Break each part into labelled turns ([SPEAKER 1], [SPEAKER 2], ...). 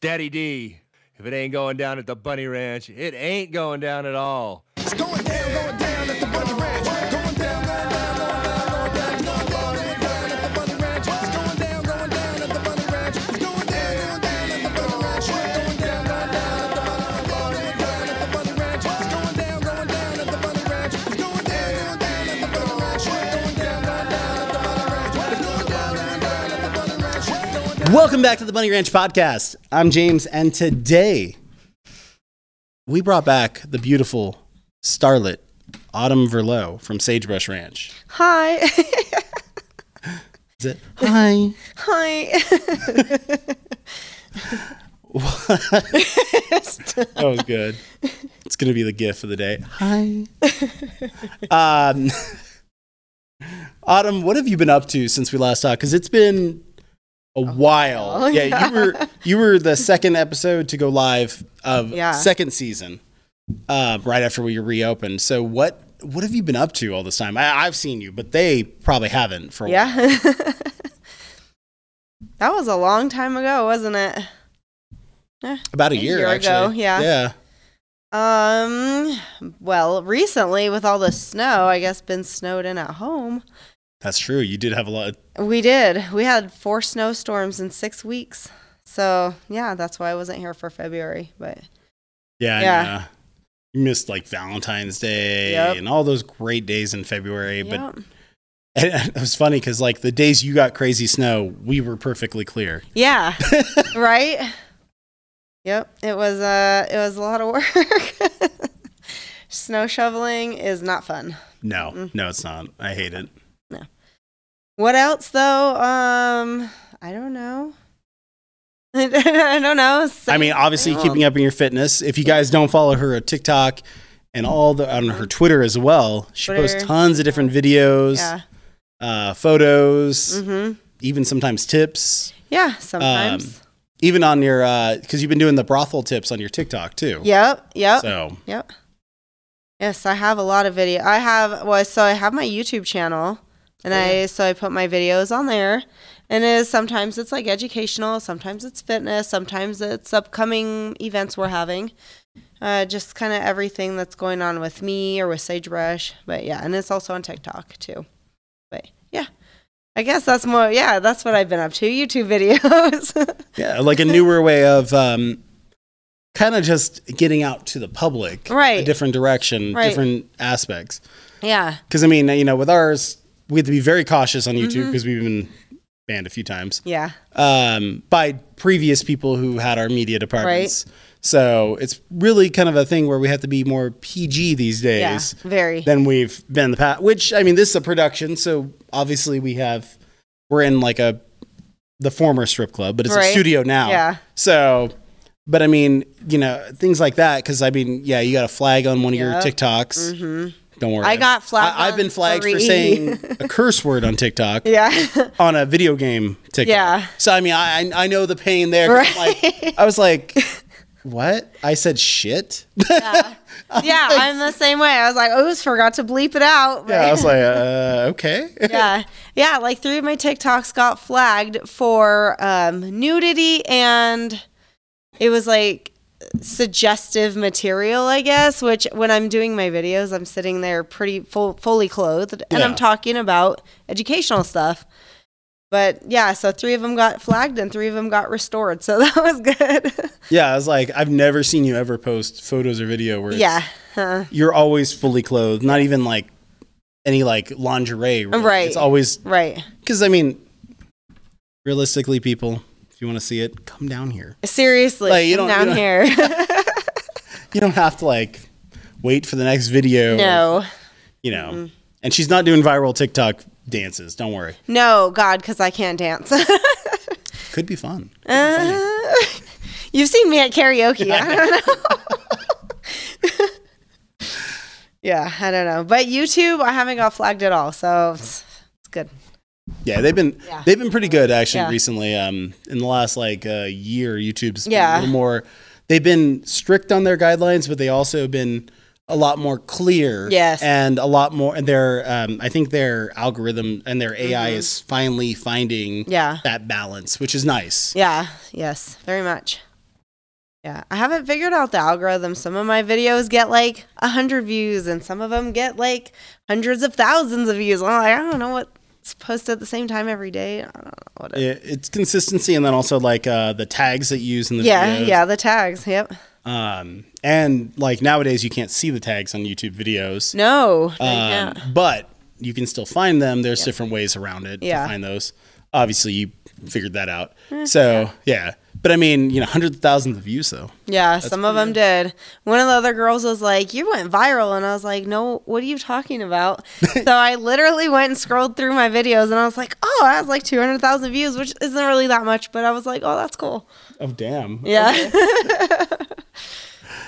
[SPEAKER 1] Daddy D. If it ain't going down at the Bunny Ranch, it ain't going down at all.
[SPEAKER 2] It's going down, going down at the Bunny Ranch. Going down, going down, going down, going down, going down, going down at the Bunny Ranch. It's going down, going down at the Bunny Ranch. It's going down, going down at the Bunny Ranch. Going down, going down at the Bunny Ranch. Going down at the Bunny Ranch. It's going down, going down at the Bunny Ranch. It's going down, going down at the Bunny Ranch. Going down, going down at the Bunny Ranch. It's going down, going down at the Bunny Ranch. Going down.
[SPEAKER 3] Welcome back to the Bunny Ranch Podcast. I'm James, and today we brought back the beautiful starlet Autumn Verlo from Sagebrush Ranch.
[SPEAKER 4] Hi.
[SPEAKER 3] Is it? Hi.
[SPEAKER 4] Hi.
[SPEAKER 3] That was good. It's gonna be the gif of the day. Hi. um, Autumn, what have you been up to since we last talked? Because it's been a while.
[SPEAKER 4] while,
[SPEAKER 3] Yeah,
[SPEAKER 4] yeah.
[SPEAKER 3] you were you were the second episode to go live of
[SPEAKER 4] Yeah.
[SPEAKER 3] second season, uh, right after we reopened. So what what have you been up to all this time? I, I've seen you, but they probably haven't for a while.
[SPEAKER 4] yeah. that was a long time ago, wasn't it?
[SPEAKER 3] about a
[SPEAKER 4] A
[SPEAKER 3] year,
[SPEAKER 4] year
[SPEAKER 3] actually.
[SPEAKER 4] ago, yeah.
[SPEAKER 3] yeah.
[SPEAKER 4] Um, well, recently with all the snow, I guess been snowed in at home.
[SPEAKER 3] That's true. You did have a lot. Of,
[SPEAKER 4] We did. We had four snowstorms in 6 weeks. So, yeah, that's why I wasn't here for February, but
[SPEAKER 3] yeah,
[SPEAKER 4] Yeah.
[SPEAKER 3] yeah. You missed like Valentine's Day
[SPEAKER 4] Yep.
[SPEAKER 3] and all those great days in February, but
[SPEAKER 4] Yep.
[SPEAKER 3] And it was funny because like the days you got crazy snow, we were perfectly clear.
[SPEAKER 4] Yeah. right? Yep. It was uh it was a lot of work. Snow shoveling is not fun.
[SPEAKER 3] No,
[SPEAKER 4] Mm.
[SPEAKER 3] no, it's not. I hate it.
[SPEAKER 4] What else though? Um I don't know. I don't know.
[SPEAKER 3] I mean, obviously
[SPEAKER 4] Same
[SPEAKER 3] keeping up in your fitness. If you guys don't follow her on TikTok and all the on her Twitter as well, she posts
[SPEAKER 4] Twitter.
[SPEAKER 3] tons of different videos,
[SPEAKER 4] Yeah.
[SPEAKER 3] uh, photos,
[SPEAKER 4] Mhm.
[SPEAKER 3] even sometimes tips.
[SPEAKER 4] Yeah, sometimes.
[SPEAKER 3] Even on your because you've been doing the brothel tips on your TikTok too.
[SPEAKER 4] yep, yep.
[SPEAKER 3] So
[SPEAKER 4] Yep. Yes, I have a lot of video. I have well, so I have my YouTube channel, and I so I put my videos on there, and it is sometimes it's like educational, sometimes it's fitness, sometimes it's upcoming events we're having, uh, just kind of everything that's going on with me or with Sagebrush. But yeah, and it's also on TikTok too. But yeah, I guess that's more. Yeah, that's what I've been up to: YouTube videos.
[SPEAKER 3] yeah, like a newer way of um, kind of just getting out to the public, A
[SPEAKER 4] Right.
[SPEAKER 3] different direction,
[SPEAKER 4] Right.
[SPEAKER 3] different aspects.
[SPEAKER 4] yeah.
[SPEAKER 3] Because I mean, you know, with ours, we had to be very cautious on
[SPEAKER 4] Mm-hmm.
[SPEAKER 3] YouTube because we've been banned a few times
[SPEAKER 4] Yeah.
[SPEAKER 3] um, by previous people who had our media departments. So it's really kind of a thing where we have to be more PG these
[SPEAKER 4] Yeah.
[SPEAKER 3] days
[SPEAKER 4] Very.
[SPEAKER 3] than we've been in the past. Which I mean, this is a production, so obviously we have we're in like a the former strip club, but it's a
[SPEAKER 4] Right.
[SPEAKER 3] studio now.
[SPEAKER 4] Yeah.
[SPEAKER 3] So, but I mean, you know, things like that. Because I mean, yeah, you got a flag on one of your
[SPEAKER 4] Yeah.
[SPEAKER 3] TikToks. Don't worry.
[SPEAKER 4] Mm-hmm. I got flagged
[SPEAKER 3] I, have
[SPEAKER 4] on
[SPEAKER 3] been flagged for
[SPEAKER 4] three.
[SPEAKER 3] saying a curse word on TikTok
[SPEAKER 4] Yeah.
[SPEAKER 3] on a video game TikTok.
[SPEAKER 4] Yeah.
[SPEAKER 3] So I mean, I I- I know the pain there. 'cause I'm Like, I was like, what? I said shit.
[SPEAKER 4] yeah, I'm the same way. I was like, oops, forgot to bleep it out.
[SPEAKER 3] yeah. I was like, uh, okay.
[SPEAKER 4] yeah, yeah. Like three of my TikToks got flagged for um, nudity, and it was like suggestive material, I guess. Which when I'm doing my videos, I'm sitting there pretty full, fully clothed, and
[SPEAKER 3] Yeah.
[SPEAKER 4] I'm talking about educational stuff. But yeah, so three of them got flagged, and three of them got restored. So that was good.
[SPEAKER 3] Yeah, I was like, I've never seen you ever post photos or video where it's-
[SPEAKER 4] yeah. Huh.
[SPEAKER 3] you're always fully clothed, not even like any like lingerie. really.
[SPEAKER 4] Right.
[SPEAKER 3] It's always
[SPEAKER 4] Right.
[SPEAKER 3] because I mean, realistically, people, if you want to see it, come down here.
[SPEAKER 4] Seriously,
[SPEAKER 3] Like, you
[SPEAKER 4] come
[SPEAKER 3] don't- you
[SPEAKER 4] down here.
[SPEAKER 3] You don't have to like wait for the next video. or,
[SPEAKER 4] no. Mm-hmm.
[SPEAKER 3] you know. And she's not doing viral TikTok dances. Don't worry,
[SPEAKER 4] No, God, because I can't dance. Uh,
[SPEAKER 3] could be fun.
[SPEAKER 4] You've seen me at karaoke. I don't know. yeah, I don't know. But YouTube, I haven't got flagged at all, so it's it's good.
[SPEAKER 3] Yeah, they've been
[SPEAKER 4] Yeah.
[SPEAKER 3] they've been pretty good actually
[SPEAKER 4] Yeah.
[SPEAKER 3] recently. Um, in the last like uh, year, YouTube's been
[SPEAKER 4] Yeah.
[SPEAKER 3] a little more. They've been strict on their guidelines, but they also have been a lot more clear.
[SPEAKER 4] Yes.
[SPEAKER 3] and a lot more. And their um, I think their algorithm and their AI is finally finding
[SPEAKER 4] Mm-hmm. Yeah.
[SPEAKER 3] that balance, which is nice.
[SPEAKER 4] Yeah. Yes. Very much. Yeah, I haven't figured out the algorithm. Some of my videos get like a hundred views, and some of them get like hundreds of thousands of views. I'm like, I don't know what's posted at the same time every day. I don't know what. It,
[SPEAKER 3] It, it's consistency, and then also like uh, the tags that you use in the
[SPEAKER 4] yeah,
[SPEAKER 3] videos.
[SPEAKER 4] yeah, the tags. Yep.
[SPEAKER 3] Um, and like nowadays, you can't see the tags on YouTube videos.
[SPEAKER 4] No.
[SPEAKER 3] Um,
[SPEAKER 4] yeah.
[SPEAKER 3] But you can still find them. There's different ways around it
[SPEAKER 4] Yeah. Eh.
[SPEAKER 3] to find those. Obviously, you figured that out. so yeah. But I mean, you know, hundreds of thousands of views though.
[SPEAKER 4] Yeah, some of them did. One of the other girls was like, "You went viral," and I was like, "No, what are you talking about?" so I literally went and scrolled through my videos, and I was like, "Oh, that has like two hundred thousand views, which isn't really that much," but I was like, "Oh, that's cool."
[SPEAKER 3] Oh damn.
[SPEAKER 4] Yeah,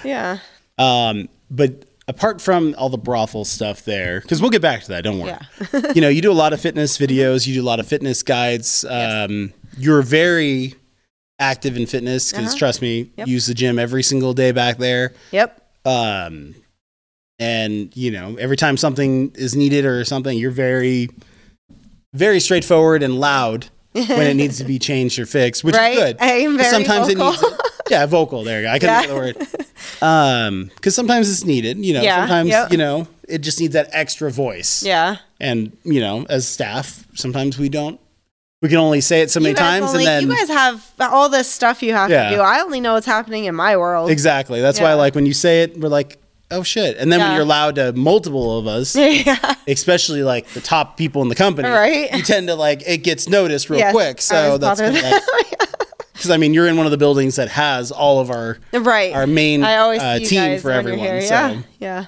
[SPEAKER 4] yeah,
[SPEAKER 3] Um, but apart from all the brothel stuff there, because we'll get back to that. Don't worry.
[SPEAKER 4] Yeah.
[SPEAKER 3] you know, you do a lot of fitness videos. You do a lot of fitness guides. Um, You're very active in fitness because trust me,
[SPEAKER 4] Uh-huh. Yep.
[SPEAKER 3] use the gym every single day back there.
[SPEAKER 4] yep,
[SPEAKER 3] Um, and you know, every time something is needed or something, you're very, very straightforward and loud when it needs to be changed or fixed, which
[SPEAKER 4] Right?
[SPEAKER 3] is good.
[SPEAKER 4] I am
[SPEAKER 3] 'Cause
[SPEAKER 4] very vocal.
[SPEAKER 3] yeah, vocal. There, you go. I couldn't think of the word. Um, because sometimes it's needed. You know,
[SPEAKER 4] Yeah,
[SPEAKER 3] sometimes
[SPEAKER 4] yep.
[SPEAKER 3] you know it just needs that extra voice.
[SPEAKER 4] yeah.
[SPEAKER 3] And you know, as staff, sometimes we don't. We can only say it so many
[SPEAKER 4] you guys
[SPEAKER 3] times,
[SPEAKER 4] only,
[SPEAKER 3] and
[SPEAKER 4] you
[SPEAKER 3] then
[SPEAKER 4] guys have all this stuff you have
[SPEAKER 3] Yeah.
[SPEAKER 4] to do. I only know what's happening in my world.
[SPEAKER 3] exactly. That's why,
[SPEAKER 4] Yeah.
[SPEAKER 3] like when you say it, we're like, oh shit. And then when
[SPEAKER 4] Yeah.
[SPEAKER 3] you're loud to multiple of us,
[SPEAKER 4] yeah.
[SPEAKER 3] especially like the top people in the company,
[SPEAKER 4] Right.
[SPEAKER 3] You tend to like it gets noticed real
[SPEAKER 4] Yes,
[SPEAKER 3] quick.
[SPEAKER 4] I
[SPEAKER 3] So
[SPEAKER 4] was
[SPEAKER 3] that's
[SPEAKER 4] bothered.
[SPEAKER 3] because I mean you're in one of the buildings that has all of our
[SPEAKER 4] Right.
[SPEAKER 3] our main
[SPEAKER 4] I always
[SPEAKER 3] uh,
[SPEAKER 4] see you
[SPEAKER 3] team
[SPEAKER 4] guys
[SPEAKER 3] for
[SPEAKER 4] when you're
[SPEAKER 3] everyone.
[SPEAKER 4] here.
[SPEAKER 3] So,
[SPEAKER 4] Yeah. Yeah.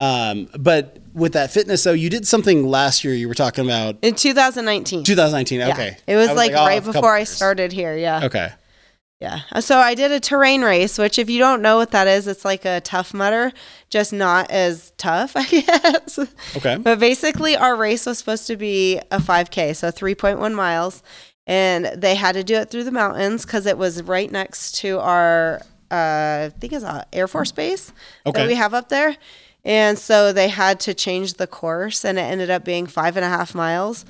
[SPEAKER 3] um, but with that fitness, though, you did something last year. You were talking about
[SPEAKER 4] In 2019.
[SPEAKER 3] 2019.
[SPEAKER 4] Yeah.
[SPEAKER 3] Okay,
[SPEAKER 4] It was,
[SPEAKER 3] I
[SPEAKER 4] like,
[SPEAKER 3] oh, a
[SPEAKER 4] right
[SPEAKER 3] couple
[SPEAKER 4] before I
[SPEAKER 3] years.
[SPEAKER 4] started here. Yeah.
[SPEAKER 3] Okay,
[SPEAKER 4] Yeah. Uh, So I did a terrain race, which if you don't know what that is, it's like a tough mutter, just not as tough, I guess.
[SPEAKER 3] okay,
[SPEAKER 4] But basically, our race was supposed to be a 5K, so 3.1 miles. And they had to do it through the mountains because it was right next to our, uh, I think it's our Air Force Base
[SPEAKER 3] Okay.
[SPEAKER 4] that we have up there. And so they had to change the course, and it ended up being five and a half miles.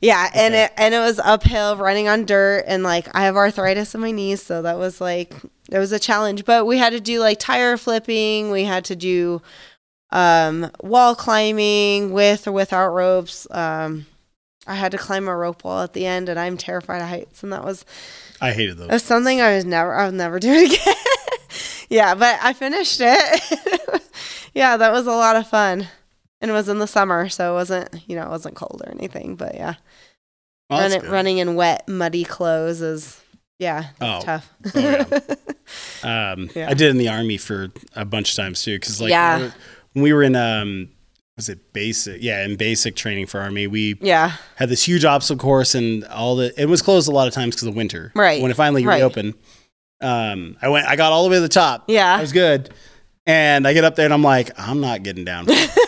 [SPEAKER 4] Yeah, and it and it was uphill, running on dirt, and like I have arthritis in my knees, so that was like it was a challenge. But we had to do like tire flipping, we had to do um, wall climbing with or without ropes. Um, I had to climb a rope wall at the end, and I'm terrified of heights, and that was
[SPEAKER 3] I hated those.
[SPEAKER 4] that's something I was never I'll never do it again. yeah, but I finished it. yeah, that was a lot of fun. And it was in the summer, so it wasn't you know, it wasn't cold or anything, but yeah.
[SPEAKER 3] Well, Oh, that's
[SPEAKER 4] Running
[SPEAKER 3] good.
[SPEAKER 4] running in wet, muddy clothes is yeah, that's
[SPEAKER 3] Oh.
[SPEAKER 4] tough.
[SPEAKER 3] Oh, yeah. Um,
[SPEAKER 4] Yeah.
[SPEAKER 3] I did in the army for a bunch of times too, because like
[SPEAKER 4] Yeah.
[SPEAKER 3] when we were- when we were in um, was it basic? Yeah, in basic training for army, we
[SPEAKER 4] yeah.
[SPEAKER 3] had this huge obstacle course and all the it was closed a lot of times because of winter.
[SPEAKER 4] Right,
[SPEAKER 3] When it finally
[SPEAKER 4] right.
[SPEAKER 3] reopened, um, I went. I got all the way to the top.
[SPEAKER 4] Yeah.
[SPEAKER 3] I was good. And I get up there and I'm like, I'm not getting down. from this.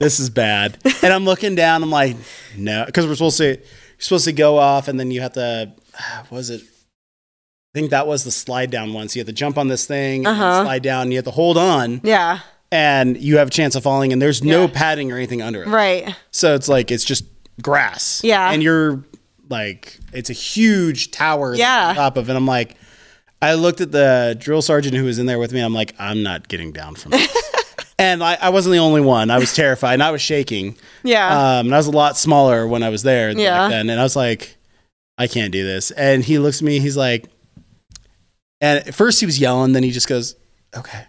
[SPEAKER 3] this is bad. And I'm looking down. I'm like, no, because we're supposed to you're supposed to go off and then you have to. what Was it? I think that was the slide down one. So you have to jump on this thing, and then
[SPEAKER 4] Uh-huh.
[SPEAKER 3] slide down, and you have to hold on,
[SPEAKER 4] Yeah.
[SPEAKER 3] and you have a chance of falling. And there's no
[SPEAKER 4] Yeah.
[SPEAKER 3] padding or anything under it.
[SPEAKER 4] Right.
[SPEAKER 3] So it's like it's just grass.
[SPEAKER 4] Yeah.
[SPEAKER 3] And you're like it's a huge tower
[SPEAKER 4] Yeah.
[SPEAKER 3] on top of and I'm like I looked at the drill sergeant who was in there with me. I'm like, I'm not getting down from this. and I, I wasn't the only one. I was terrified and I was shaking.
[SPEAKER 4] Yeah.
[SPEAKER 3] Um, and I was a lot smaller when I was there
[SPEAKER 4] Yeah.
[SPEAKER 3] back then. And I was like, I can't do this. And he looks at me, he's like, and at first he was yelling, then he just goes, Okay,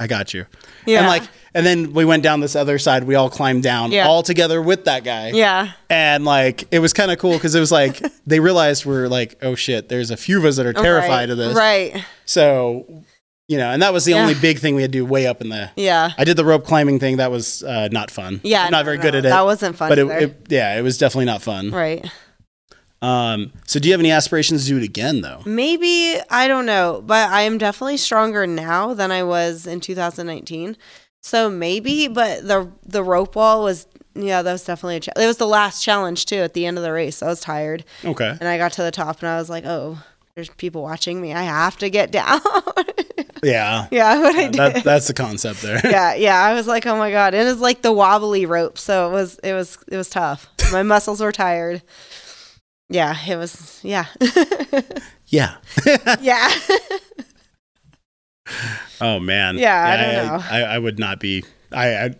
[SPEAKER 3] I got you.
[SPEAKER 4] yeah.
[SPEAKER 3] And like, and then we went down this other side. We all climbed down
[SPEAKER 4] Yeah.
[SPEAKER 3] all together with that guy.
[SPEAKER 4] Yeah.
[SPEAKER 3] And like, it was kind of cool because it was like they realized we're like, oh shit, there's a few of us that are terrified
[SPEAKER 4] right.
[SPEAKER 3] of this.
[SPEAKER 4] Right.
[SPEAKER 3] So, you know, and that was the
[SPEAKER 4] Yeah.
[SPEAKER 3] only big thing we had to do way up in the.
[SPEAKER 4] Yeah.
[SPEAKER 3] I did the rope climbing thing. That was uh, not fun.
[SPEAKER 4] Yeah.
[SPEAKER 3] I'm not
[SPEAKER 4] no,
[SPEAKER 3] very
[SPEAKER 4] no,
[SPEAKER 3] good at it.
[SPEAKER 4] That wasn't fun.
[SPEAKER 3] But it,
[SPEAKER 4] either.
[SPEAKER 3] it, yeah, it was definitely not fun.
[SPEAKER 4] right.
[SPEAKER 3] Um, so, do you have any aspirations to do it again though?
[SPEAKER 4] Maybe I don't know, but I am definitely stronger now than I was in 2019. So maybe, but the the rope wall was yeah, that was definitely a cha- it was the last challenge too at the end of the race. I was tired
[SPEAKER 3] Okay.
[SPEAKER 4] and I got to the top and I was like, "Oh, there's people watching me. I have to get down."
[SPEAKER 3] Yeah.
[SPEAKER 4] yeah, what I did.
[SPEAKER 3] That, that's the concept there.
[SPEAKER 4] yeah, yeah, I was like, "Oh my god." It was like the wobbly rope, so it was it was it was tough. My muscles were tired. Yeah, it was yeah.
[SPEAKER 3] yeah.
[SPEAKER 4] yeah.
[SPEAKER 3] Oh man.
[SPEAKER 4] Yeah, I don't know.
[SPEAKER 3] I, I would not be. I, I I'm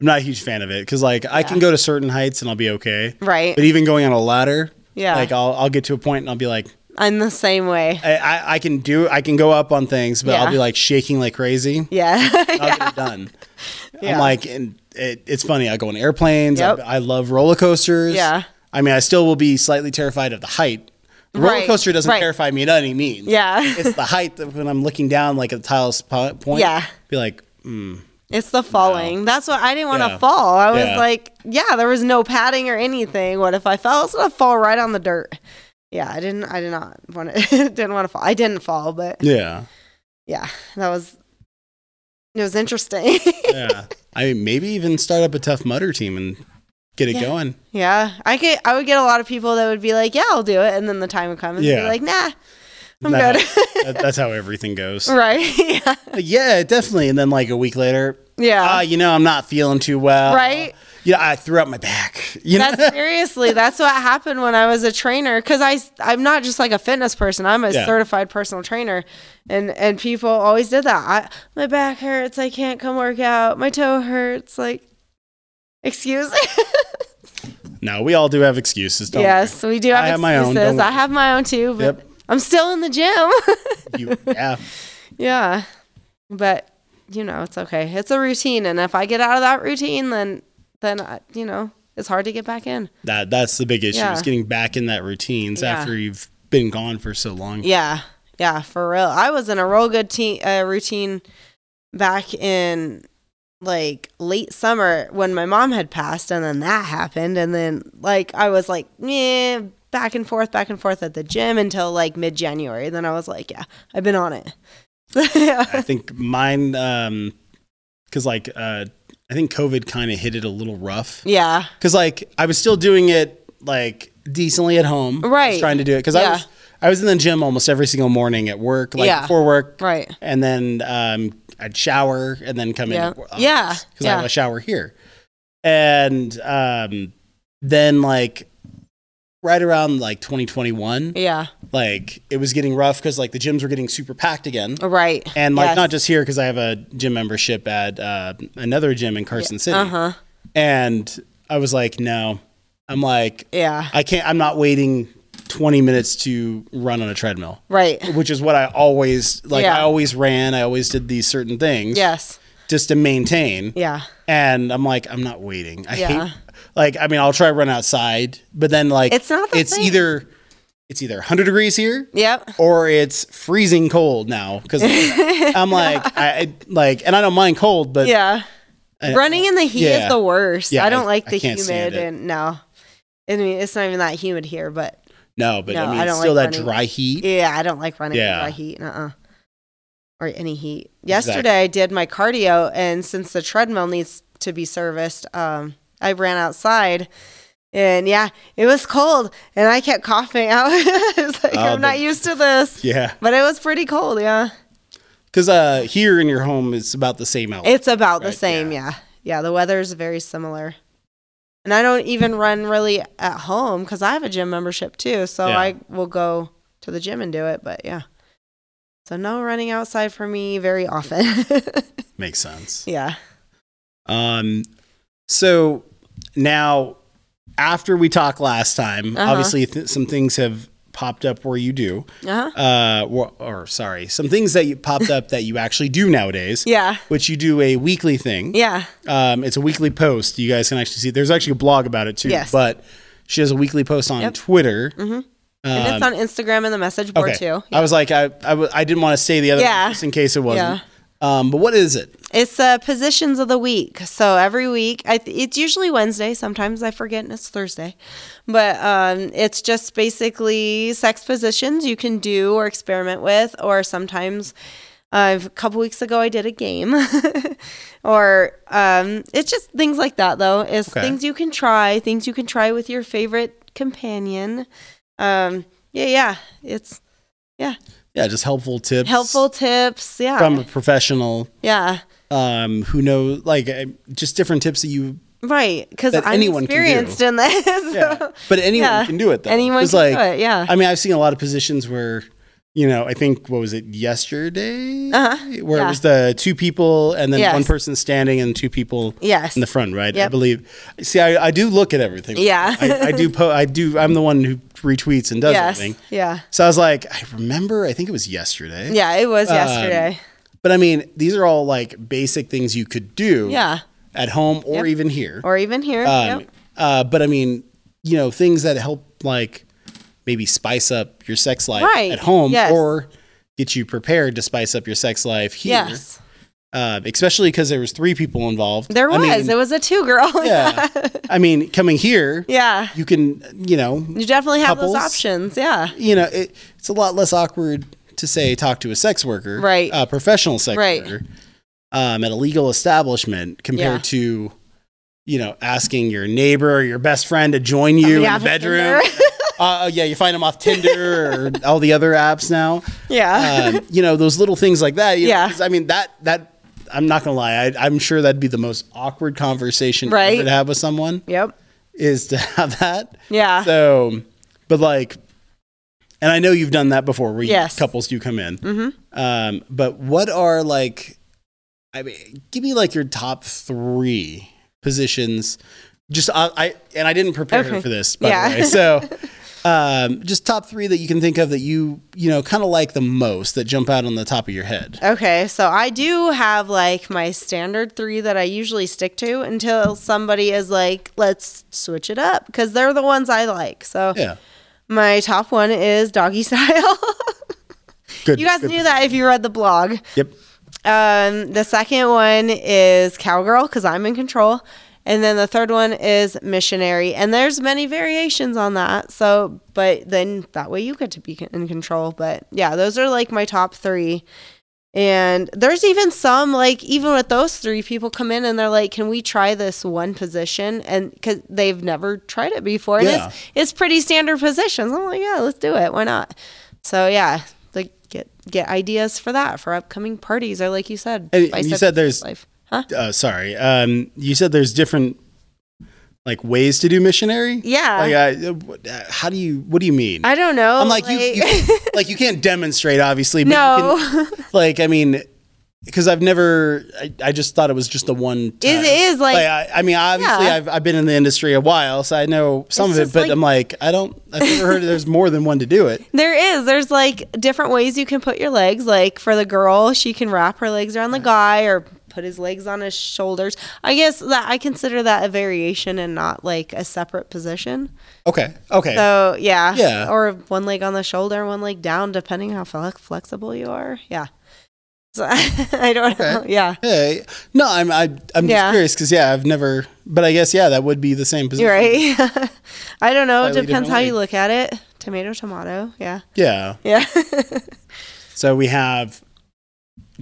[SPEAKER 3] not a huge fan of it because like I can go to certain heights and I'll be okay.
[SPEAKER 4] Right.
[SPEAKER 3] But even going on a ladder,
[SPEAKER 4] Yeah.
[SPEAKER 3] like uh, I'll I'll get to a point and I'll be like,
[SPEAKER 4] I'm the same way.
[SPEAKER 3] I I, I can do I can go up on things, but I'll
[SPEAKER 4] Yeah.
[SPEAKER 3] be like shaking like crazy.
[SPEAKER 4] Yeah.
[SPEAKER 3] I'll get it done.
[SPEAKER 4] Yeah.
[SPEAKER 3] I'm like, and it, it's funny. I go on airplanes.
[SPEAKER 4] Yep.
[SPEAKER 3] I, I love roller coasters.
[SPEAKER 4] Yeah.
[SPEAKER 3] I mean, I still will be slightly terrified of the height. The roller
[SPEAKER 4] Right,
[SPEAKER 3] coaster doesn't
[SPEAKER 4] right.
[SPEAKER 3] terrify me by any means.
[SPEAKER 4] Yeah.
[SPEAKER 3] it's the height that when I'm looking down, like at the tiles po- point.
[SPEAKER 4] Yeah.
[SPEAKER 3] Be like, mm,
[SPEAKER 4] It's the falling. That's what I didn't want to
[SPEAKER 3] Yeah.
[SPEAKER 4] fall. I was
[SPEAKER 3] Yeah.
[SPEAKER 4] like, yeah, there was no padding or anything. What if I fell? I was gonna fall right on the dirt. Yeah, I didn't. I did not want to. didn't want to fall. I didn't fall, but
[SPEAKER 3] yeah,
[SPEAKER 4] yeah, that was. It was interesting.
[SPEAKER 3] yeah. I mean, maybe even start up a tough mutter team and get it
[SPEAKER 4] Yeah.
[SPEAKER 3] going.
[SPEAKER 4] yeah, I could. I would get a lot of people that would be like, "Yeah, I'll do it," and then the time would come and they'd
[SPEAKER 3] Yeah.
[SPEAKER 4] be like, "Nah, I'm
[SPEAKER 3] Nah.
[SPEAKER 4] good."
[SPEAKER 3] That, that's how everything goes.
[SPEAKER 4] right? Yeah.
[SPEAKER 3] Like, yeah, definitely. And then like a week later, ah,
[SPEAKER 4] Yeah.
[SPEAKER 3] you know, I'm not feeling too well.
[SPEAKER 4] Right.
[SPEAKER 3] Yeah, I threw up my back. You know.
[SPEAKER 4] That's seriously, that's what happened when I was a trainer because I I'm not just like a fitness person. I'm a
[SPEAKER 3] Yeah.
[SPEAKER 4] certified personal trainer, and and people always did that. I, my back hurts. I can't come work out. My toe hurts. Like, excuse.
[SPEAKER 3] No, we all do have excuses. Don't we?
[SPEAKER 4] yes, we do have
[SPEAKER 3] I
[SPEAKER 4] excuses.
[SPEAKER 3] have my own, don't
[SPEAKER 4] I have my own too, but
[SPEAKER 3] Yep.
[SPEAKER 4] I'm still in the gym.
[SPEAKER 3] You, yeah.
[SPEAKER 4] yeah, but you know it's okay. It's a routine, and if I get out of that routine, then then I, you know it's hard to get back in.
[SPEAKER 3] That that's the big issue
[SPEAKER 4] Yeah.
[SPEAKER 3] is getting back in that routines
[SPEAKER 4] Yeah.
[SPEAKER 3] after you've been gone for so long.
[SPEAKER 4] Yeah, yeah, for real. I was in a real good te- uh, routine back in like late summer when my mom had passed, and then that happened, and then like I was like, yeah, back and forth, back and forth at the gym until like mid January. Then I was like, yeah, I've been on it.
[SPEAKER 3] I think mine um cuz like uh I think COVID kind of hit it a little rough
[SPEAKER 4] yeah,
[SPEAKER 3] cuz like I was still doing it like decently at home. I was
[SPEAKER 4] Right.
[SPEAKER 3] trying to do it cuz I
[SPEAKER 4] Yeah.
[SPEAKER 3] was I was in the gym almost every single morning at work, like
[SPEAKER 4] Yeah.
[SPEAKER 3] before work.
[SPEAKER 4] right.
[SPEAKER 3] And then um I'd shower and then come
[SPEAKER 4] Yeah.
[SPEAKER 3] in at
[SPEAKER 4] Yeah,
[SPEAKER 3] Cuz I
[SPEAKER 4] yeah.
[SPEAKER 3] have a shower here. And um then like right around like 2021
[SPEAKER 4] Yeah,
[SPEAKER 3] like it was getting rough because like the gyms were getting super packed again
[SPEAKER 4] right.
[SPEAKER 3] and like
[SPEAKER 4] Yes.
[SPEAKER 3] not just here because i have a gym membership at uh, another gym in carson city
[SPEAKER 4] Uh huh.
[SPEAKER 3] and i was like no i'm like
[SPEAKER 4] Yeah,
[SPEAKER 3] i can't i'm not waiting 20 minutes to run on a treadmill
[SPEAKER 4] right.
[SPEAKER 3] which is what i always like
[SPEAKER 4] Yeah.
[SPEAKER 3] i always ran i always did these certain things
[SPEAKER 4] Yes.
[SPEAKER 3] just to maintain
[SPEAKER 4] Yeah.
[SPEAKER 3] and i'm like i'm not waiting i
[SPEAKER 4] Yeah.
[SPEAKER 3] hate like i mean i'll try to run outside but then like
[SPEAKER 4] It's not the
[SPEAKER 3] it's
[SPEAKER 4] same.
[SPEAKER 3] either it's either 100 degrees here
[SPEAKER 4] Yep.
[SPEAKER 3] or it's freezing cold now because I'm like I I- like and I don't mind cold, but
[SPEAKER 4] Yeah.
[SPEAKER 3] I-
[SPEAKER 4] Running in the heat
[SPEAKER 3] yeah.
[SPEAKER 4] is the worst.
[SPEAKER 3] Yeah,
[SPEAKER 4] I don't
[SPEAKER 3] I-
[SPEAKER 4] like
[SPEAKER 3] I
[SPEAKER 4] the
[SPEAKER 3] can't stand
[SPEAKER 4] humid
[SPEAKER 3] it.
[SPEAKER 4] and no. I mean, it's not even that humid here, but
[SPEAKER 3] no, but I
[SPEAKER 4] No,
[SPEAKER 3] mean
[SPEAKER 4] I
[SPEAKER 3] it's
[SPEAKER 4] don't
[SPEAKER 3] still
[SPEAKER 4] like
[SPEAKER 3] that
[SPEAKER 4] running.
[SPEAKER 3] dry heat.
[SPEAKER 4] yeah, I don't like running
[SPEAKER 3] Yeah.
[SPEAKER 4] in dry heat. Uh uh Or any heat. Yesterday, I did my cardio, and since the treadmill needs to be serviced, um, I ran outside. And yeah, it was cold, and I kept coughing out. I was like,
[SPEAKER 3] Oh,
[SPEAKER 4] I'm not
[SPEAKER 3] the-
[SPEAKER 4] used to this.
[SPEAKER 3] Yeah,
[SPEAKER 4] But it was pretty cold, yeah.
[SPEAKER 3] because uh, here in your home it's about the same out.
[SPEAKER 4] It's about
[SPEAKER 3] Right,
[SPEAKER 4] the same,
[SPEAKER 3] yeah.
[SPEAKER 4] yeah. yeah. the weather is very similar. And I don't even run really at home because I have a gym membership too. So
[SPEAKER 3] Yeah.
[SPEAKER 4] I will go to the gym and do it. But yeah. So no running outside for me very often.
[SPEAKER 3] Makes sense.
[SPEAKER 4] yeah.
[SPEAKER 3] Um, so now after we talked last time,
[SPEAKER 4] Uh-huh.
[SPEAKER 3] obviously th- some things have popped up where you do,
[SPEAKER 4] Uh huh.
[SPEAKER 3] uh, or, or sorry, some things that you popped up that you actually do nowadays.
[SPEAKER 4] Yeah.
[SPEAKER 3] Which you do a weekly thing.
[SPEAKER 4] Yeah.
[SPEAKER 3] Um, it's a weekly post. You guys can actually see. There's actually a blog about it too.
[SPEAKER 4] Yes.
[SPEAKER 3] But she has a weekly post on
[SPEAKER 4] Yep.
[SPEAKER 3] Twitter.
[SPEAKER 4] Mhm.
[SPEAKER 3] Um,
[SPEAKER 4] And it's on Instagram and the message board
[SPEAKER 3] okay.
[SPEAKER 4] too.
[SPEAKER 3] I was like, I I, w- I didn't want to say the other
[SPEAKER 4] Yeah.
[SPEAKER 3] one just in case it wasn't.
[SPEAKER 4] Yeah.
[SPEAKER 3] Um, but what is it?
[SPEAKER 4] It's uh, positions of the week. So every week, I th- it's usually Wednesday. Sometimes I forget and it's Thursday. But um, it's just basically sex positions you can do or experiment with. Or sometimes, uh, a couple weeks ago, I did a game. or um, it's just things like that, though. It's
[SPEAKER 3] Okay.
[SPEAKER 4] things you can try, things you can try with your favorite companion. Um, yeah, yeah. It's
[SPEAKER 3] Yeah, just helpful tips.
[SPEAKER 4] helpful tips. Yeah.
[SPEAKER 3] from a professional
[SPEAKER 4] yeah.
[SPEAKER 3] um, who knows, like uh, just different tips that you.
[SPEAKER 4] Right, because
[SPEAKER 3] that
[SPEAKER 4] I'm
[SPEAKER 3] anyone can do.
[SPEAKER 4] experienced in this.
[SPEAKER 3] Yeah. But anyone
[SPEAKER 4] Yeah.
[SPEAKER 3] can do it though.
[SPEAKER 4] Anyone
[SPEAKER 3] It's
[SPEAKER 4] can
[SPEAKER 3] like,
[SPEAKER 4] do it. Yeah.
[SPEAKER 3] I mean, I've seen a lot of positions where you know, I think what was it yesterday,
[SPEAKER 4] Uh-huh,
[SPEAKER 3] where
[SPEAKER 4] yeah.
[SPEAKER 3] it was the two people and then
[SPEAKER 4] Yes.
[SPEAKER 3] one person standing and two people
[SPEAKER 4] Yes.
[SPEAKER 3] in the front, right? I
[SPEAKER 4] Yep.
[SPEAKER 3] believe. See, I, I do look at everything.
[SPEAKER 4] Yeah.
[SPEAKER 3] I, I do. Po- I do. I'm the one who retweets and does everything.
[SPEAKER 4] Yes. Yeah.
[SPEAKER 3] So I was like, I remember. I think it was yesterday.
[SPEAKER 4] Yeah. It was
[SPEAKER 3] Um,
[SPEAKER 4] yesterday.
[SPEAKER 3] But I mean, these are all like basic things you could do.
[SPEAKER 4] Yeah.
[SPEAKER 3] At home or even here.
[SPEAKER 4] Or even here.
[SPEAKER 3] Um,
[SPEAKER 4] yep.
[SPEAKER 3] uh, but I mean, you know, things that help like maybe spice up your sex life
[SPEAKER 4] Right,
[SPEAKER 3] at home
[SPEAKER 4] yes.
[SPEAKER 3] or get you prepared to spice up your sex life here.
[SPEAKER 4] Yes.
[SPEAKER 3] Uh, especially because there was three people involved.
[SPEAKER 4] There was.
[SPEAKER 3] I mean,
[SPEAKER 4] it was a two girl.
[SPEAKER 3] yeah. I mean, coming here,
[SPEAKER 4] yeah.
[SPEAKER 3] you can, you know,
[SPEAKER 4] You definitely have those
[SPEAKER 3] Couples.
[SPEAKER 4] options. Yeah.
[SPEAKER 3] you know, it, it's a lot less awkward to say talk to a sex worker,
[SPEAKER 4] Right.
[SPEAKER 3] A professional sex
[SPEAKER 4] Right.
[SPEAKER 3] worker, um, at a legal establishment compared
[SPEAKER 4] Yeah.
[SPEAKER 3] to, you know, asking your neighbor or your best friend to join you in
[SPEAKER 4] off
[SPEAKER 3] the
[SPEAKER 4] of
[SPEAKER 3] bedroom.
[SPEAKER 4] Tinder.
[SPEAKER 3] uh, yeah, you find them off Tinder or all the other apps now.
[SPEAKER 4] Yeah.
[SPEAKER 3] Um, you know, those little things like that. you know,
[SPEAKER 4] Uh. Yeah.
[SPEAKER 3] 'cause, I mean that that. I'm not gonna lie. I, I'm sure that'd be the most awkward conversation
[SPEAKER 4] Right.
[SPEAKER 3] ever to have with someone
[SPEAKER 4] yep.
[SPEAKER 3] is to have that.
[SPEAKER 4] Yeah.
[SPEAKER 3] So, but like, and I know you've done that before where you-
[SPEAKER 4] Yes. Mm-hmm.
[SPEAKER 3] couples do come in. Um, but what are like, I mean, give me like your top three positions. Just, I, I and I didn't prepare her
[SPEAKER 4] Okay.
[SPEAKER 3] for this, by
[SPEAKER 4] Yeah.
[SPEAKER 3] the way. So, um, just top three that you can think of that you, you know, kind of like the most that jump out on the top of your
[SPEAKER 4] Oh.
[SPEAKER 3] head.
[SPEAKER 4] Okay, so I do have like my standard three that I usually stick to until somebody is like, let's switch it up because they're the ones I like. So
[SPEAKER 3] Yeah.
[SPEAKER 4] my top one is doggy style.
[SPEAKER 3] Good.
[SPEAKER 4] you guys
[SPEAKER 3] good
[SPEAKER 4] knew that if you read the blog.
[SPEAKER 3] Yep.
[SPEAKER 4] Um, the second one is cowgirl because I'm in control. And then the third one is missionary. And there's many variations on that. So, but then that way you get to be in control. But yeah, those are like my top three. And there's even some, like, even with those three, people come in and they're like, can we try this one position? And because they've never tried it before. And
[SPEAKER 3] Yeah.
[SPEAKER 4] it's, it's pretty standard positions. I'm like, yeah, let's do it. Why not? So, yeah, like, get get ideas for that for upcoming parties or, like you said,
[SPEAKER 3] And- and
[SPEAKER 4] spice
[SPEAKER 3] you
[SPEAKER 4] up
[SPEAKER 3] said there's-
[SPEAKER 4] life. Huh?
[SPEAKER 3] uh, sorry. Um, you said there's different like ways to do missionary.
[SPEAKER 4] Yeah.
[SPEAKER 3] Like, I- uh, what- uh, how do you? What do you mean?
[SPEAKER 4] I don't know.
[SPEAKER 3] I'm like, you, you can't- like you can't demonstrate obviously. But
[SPEAKER 4] no.
[SPEAKER 3] You can, like I mean, because I've never. I, I just thought it was just the one. Time.
[SPEAKER 4] is, like-
[SPEAKER 3] I, I mean, obviously,
[SPEAKER 4] Yeah.
[SPEAKER 3] I've I've been in the industry a while, so I know some
[SPEAKER 4] It's
[SPEAKER 3] of it.
[SPEAKER 4] just
[SPEAKER 3] But
[SPEAKER 4] like-
[SPEAKER 3] I'm like, I don't. I've never heard there's more than one to do it.
[SPEAKER 4] There is. There's like different ways you can put your legs. Like for the girl, she can wrap her legs around the guy or put his legs on his shoulders. I guess that I consider that a variation and not like a separate position.
[SPEAKER 3] Okay. Okay.
[SPEAKER 4] So yeah,
[SPEAKER 3] Yeah.
[SPEAKER 4] Or one leg on the shoulder, one leg down, depending how flex- flexible you are. Yeah. So I don't know. Yeah.
[SPEAKER 3] Hey, no, I'm I, I'm just
[SPEAKER 4] Yeah.
[SPEAKER 3] curious because yeah, I've never, but I guess yeah, that would be the same position.
[SPEAKER 4] You're right. I don't know. It
[SPEAKER 3] Slightly
[SPEAKER 4] depends
[SPEAKER 3] different
[SPEAKER 4] how you
[SPEAKER 3] leg.
[SPEAKER 4] look at it. Tomato, tomato. Yeah.
[SPEAKER 3] Yeah.
[SPEAKER 4] Yeah.
[SPEAKER 3] So we have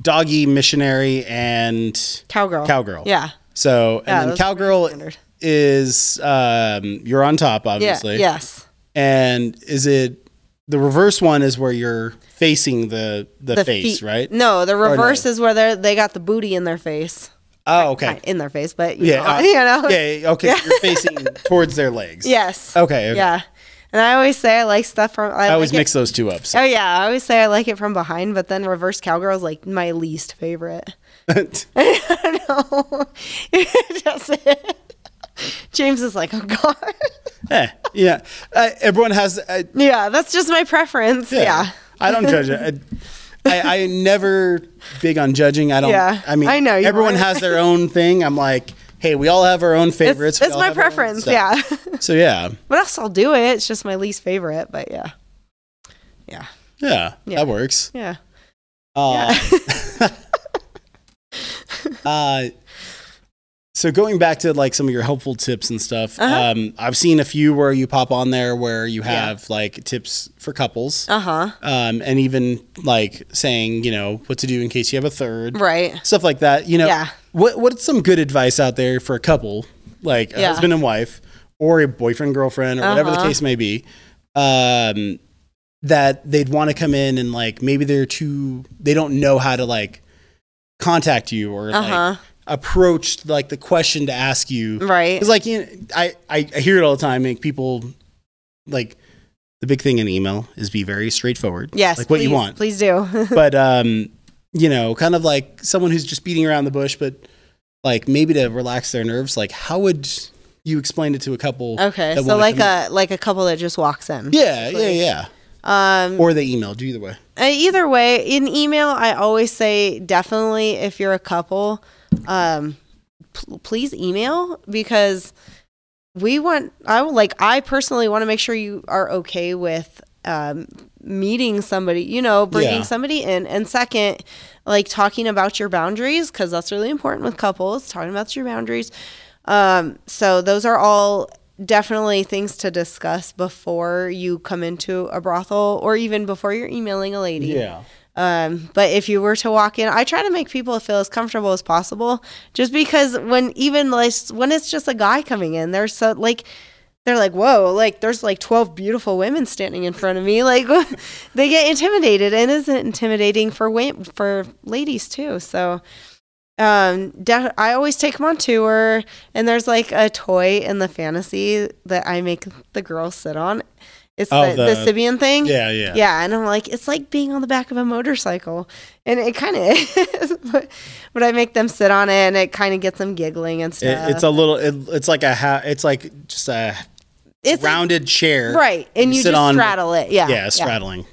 [SPEAKER 3] doggy, missionary, and
[SPEAKER 4] Cowgirl.
[SPEAKER 3] cowgirl.
[SPEAKER 4] Yeah.
[SPEAKER 3] So and then
[SPEAKER 4] Yeah, those are pretty
[SPEAKER 3] cowgirl
[SPEAKER 4] standard.
[SPEAKER 3] is um, you're on top, obviously.
[SPEAKER 4] Yeah. Yes.
[SPEAKER 3] And is it the reverse one is where you're facing the the, face,
[SPEAKER 4] feet-
[SPEAKER 3] right?
[SPEAKER 4] No, the
[SPEAKER 3] no?
[SPEAKER 4] reverse is where they they got the booty in their face,
[SPEAKER 3] Oh, okay.
[SPEAKER 4] Not in their face, but you
[SPEAKER 3] Yeah.
[SPEAKER 4] know,
[SPEAKER 3] uh,
[SPEAKER 4] Mm-hmm. you know?
[SPEAKER 3] Yeah. yeah, Okay. You're facing towards their legs.
[SPEAKER 4] yes,
[SPEAKER 3] Okay. okay.
[SPEAKER 4] yeah. And I always say I like stuff from. I,
[SPEAKER 3] I always
[SPEAKER 4] like it-
[SPEAKER 3] mix those two up. So.
[SPEAKER 4] Oh yeah, I always say I like it from behind, but then reverse cowgirl is like my least favorite. I don't know. That's it. James is like, oh god.
[SPEAKER 3] Eh, yeah. Uh, everyone has. Uh,
[SPEAKER 4] yeah, that's just my preference. Yeah.
[SPEAKER 3] I don't judge it. I, I, I never big on judging. I don't.
[SPEAKER 4] Yeah.
[SPEAKER 3] I mean,
[SPEAKER 4] I know, you
[SPEAKER 3] everyone
[SPEAKER 4] are.
[SPEAKER 3] has their own thing. I'm like, hey, we all have our own
[SPEAKER 4] It's,
[SPEAKER 3] favorites. We
[SPEAKER 4] it's
[SPEAKER 3] all
[SPEAKER 4] my
[SPEAKER 3] have our own
[SPEAKER 4] preference,
[SPEAKER 3] stuff.
[SPEAKER 4] yeah.
[SPEAKER 3] So yeah,
[SPEAKER 4] but else I'll do it. It's just my least favorite, but yeah. Yeah.
[SPEAKER 3] yeah,
[SPEAKER 4] Yeah.
[SPEAKER 3] that works.
[SPEAKER 4] Yeah.
[SPEAKER 3] Uh, uh, so going back to like some of your helpful tips and stuff,
[SPEAKER 4] Uh-huh.
[SPEAKER 3] um, I've seen a few where you pop on there where you
[SPEAKER 4] Yeah.
[SPEAKER 3] have like tips for couples,
[SPEAKER 4] Uh huh.
[SPEAKER 3] um, and even like saying you know what to do in case you have a third,
[SPEAKER 4] Right.
[SPEAKER 3] stuff like that. You know,
[SPEAKER 4] Yeah.
[SPEAKER 3] what what's some good advice out there for a couple, like a
[SPEAKER 4] Yeah.
[SPEAKER 3] husband and wife, or a boyfriend girlfriend, or whatever the
[SPEAKER 4] Uh-huh.
[SPEAKER 3] case may be, um, that they'd want to come in and like maybe they're too they don't know how to like contact you or
[SPEAKER 4] Uh-huh.
[SPEAKER 3] like approach like the question to ask you
[SPEAKER 4] Right.
[SPEAKER 3] because like you know, I, I I hear it all the time. Like people like the big thing in email is be very straightforward.
[SPEAKER 4] Yes.
[SPEAKER 3] like what you
[SPEAKER 4] please,
[SPEAKER 3] want.
[SPEAKER 4] Please do.
[SPEAKER 3] But um, you know, kind of like someone who's just beating around the bush, but like maybe to relax their nerves. Like, how would you explain it to a couple?
[SPEAKER 4] okay.
[SPEAKER 3] that
[SPEAKER 4] So
[SPEAKER 3] wanna
[SPEAKER 4] like
[SPEAKER 3] come in?
[SPEAKER 4] a like a couple that just walks in.
[SPEAKER 3] yeah, yeah, yeah.
[SPEAKER 4] Um
[SPEAKER 3] Or they emailed you either way.
[SPEAKER 4] Uh, either way, in email, I always say definitely if you're a couple, um, p- please email because we want. I would like. I personally want to make sure you are okay with um, meeting somebody. You know, bringing
[SPEAKER 3] Yeah.
[SPEAKER 4] somebody in, and second, like talking about your boundaries because that's really important with couples. Talking about your boundaries. Um, so those are all definitely things to discuss before you come into a brothel or even before you're emailing a lady. Um, but if you were to walk in, I try to make people feel as comfortable as possible just because when even like when it's just a guy coming in, they're so like they're like, whoa, like there's like 12 beautiful women standing in front of me. Like they get intimidated and it isn't intimidating for wa- for ladies too. So um, de- I always take them on tour and there's like a toy in the fantasy that I make the girls sit on. It's
[SPEAKER 3] Oh,
[SPEAKER 4] the, the
[SPEAKER 3] the-
[SPEAKER 4] Sibian thing.
[SPEAKER 3] Yeah, yeah.
[SPEAKER 4] Yeah, and I'm like, it's like being on the back of a motorcycle, and it kind of is. But, but I make them sit on it, and it kind of gets them giggling and stuff.
[SPEAKER 3] It, it's a little. It, it's like a. Ha- it's like just a
[SPEAKER 4] It's like-
[SPEAKER 3] rounded chair,
[SPEAKER 4] right? And you,
[SPEAKER 3] sit
[SPEAKER 4] just
[SPEAKER 3] on-
[SPEAKER 4] straddle it, yeah,
[SPEAKER 3] Yeah, straddling.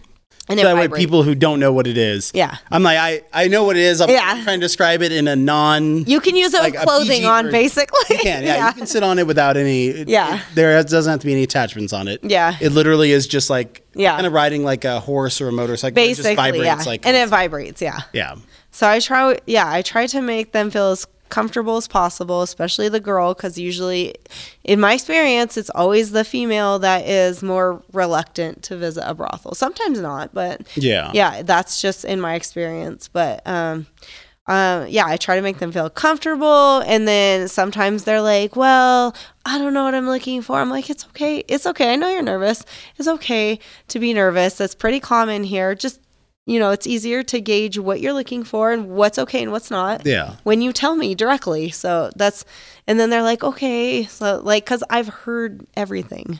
[SPEAKER 4] and
[SPEAKER 3] So
[SPEAKER 4] it
[SPEAKER 3] that way,
[SPEAKER 4] vibrates.
[SPEAKER 3] people who don't know what it is,
[SPEAKER 4] Yeah.
[SPEAKER 3] I'm like, I, I know what it is. I'm
[SPEAKER 4] Yeah.
[SPEAKER 3] trying to describe it in a non.
[SPEAKER 4] You can use it
[SPEAKER 3] like
[SPEAKER 4] with
[SPEAKER 3] a
[SPEAKER 4] clothing
[SPEAKER 3] PG
[SPEAKER 4] on,
[SPEAKER 3] version.
[SPEAKER 4] basically.
[SPEAKER 3] You can, yeah, You can sit on it without any. it-
[SPEAKER 4] Yeah.
[SPEAKER 3] it- there has- doesn't have to be any attachments on it.
[SPEAKER 4] Yeah.
[SPEAKER 3] It literally is just like
[SPEAKER 4] Yeah.
[SPEAKER 3] kind of riding like a horse or a motorcycle. It just
[SPEAKER 4] basically,
[SPEAKER 3] vibrates
[SPEAKER 4] yeah,
[SPEAKER 3] like
[SPEAKER 4] and it vibrates, yeah.
[SPEAKER 3] yeah.
[SPEAKER 4] So I try, yeah, I try to make them feel as comfortable as possible, especially the girl, because usually, in my experience, it's always the female that is more reluctant to visit a brothel. Sometimes not, but
[SPEAKER 3] Yeah.
[SPEAKER 4] yeah, that's just in my experience. But um, uh, yeah, I try to make them feel comfortable, and then sometimes they're like, "Well, I don't know what I'm looking for." I'm like, "It's okay, it's okay. I know you're nervous. It's okay to be nervous. That's pretty common here. Just." You know, it's easier to gauge what you're looking for and what's okay and what's not
[SPEAKER 3] Yeah.
[SPEAKER 4] when you tell me directly. So that's, and then they're like, okay, so like, cause I've heard everything.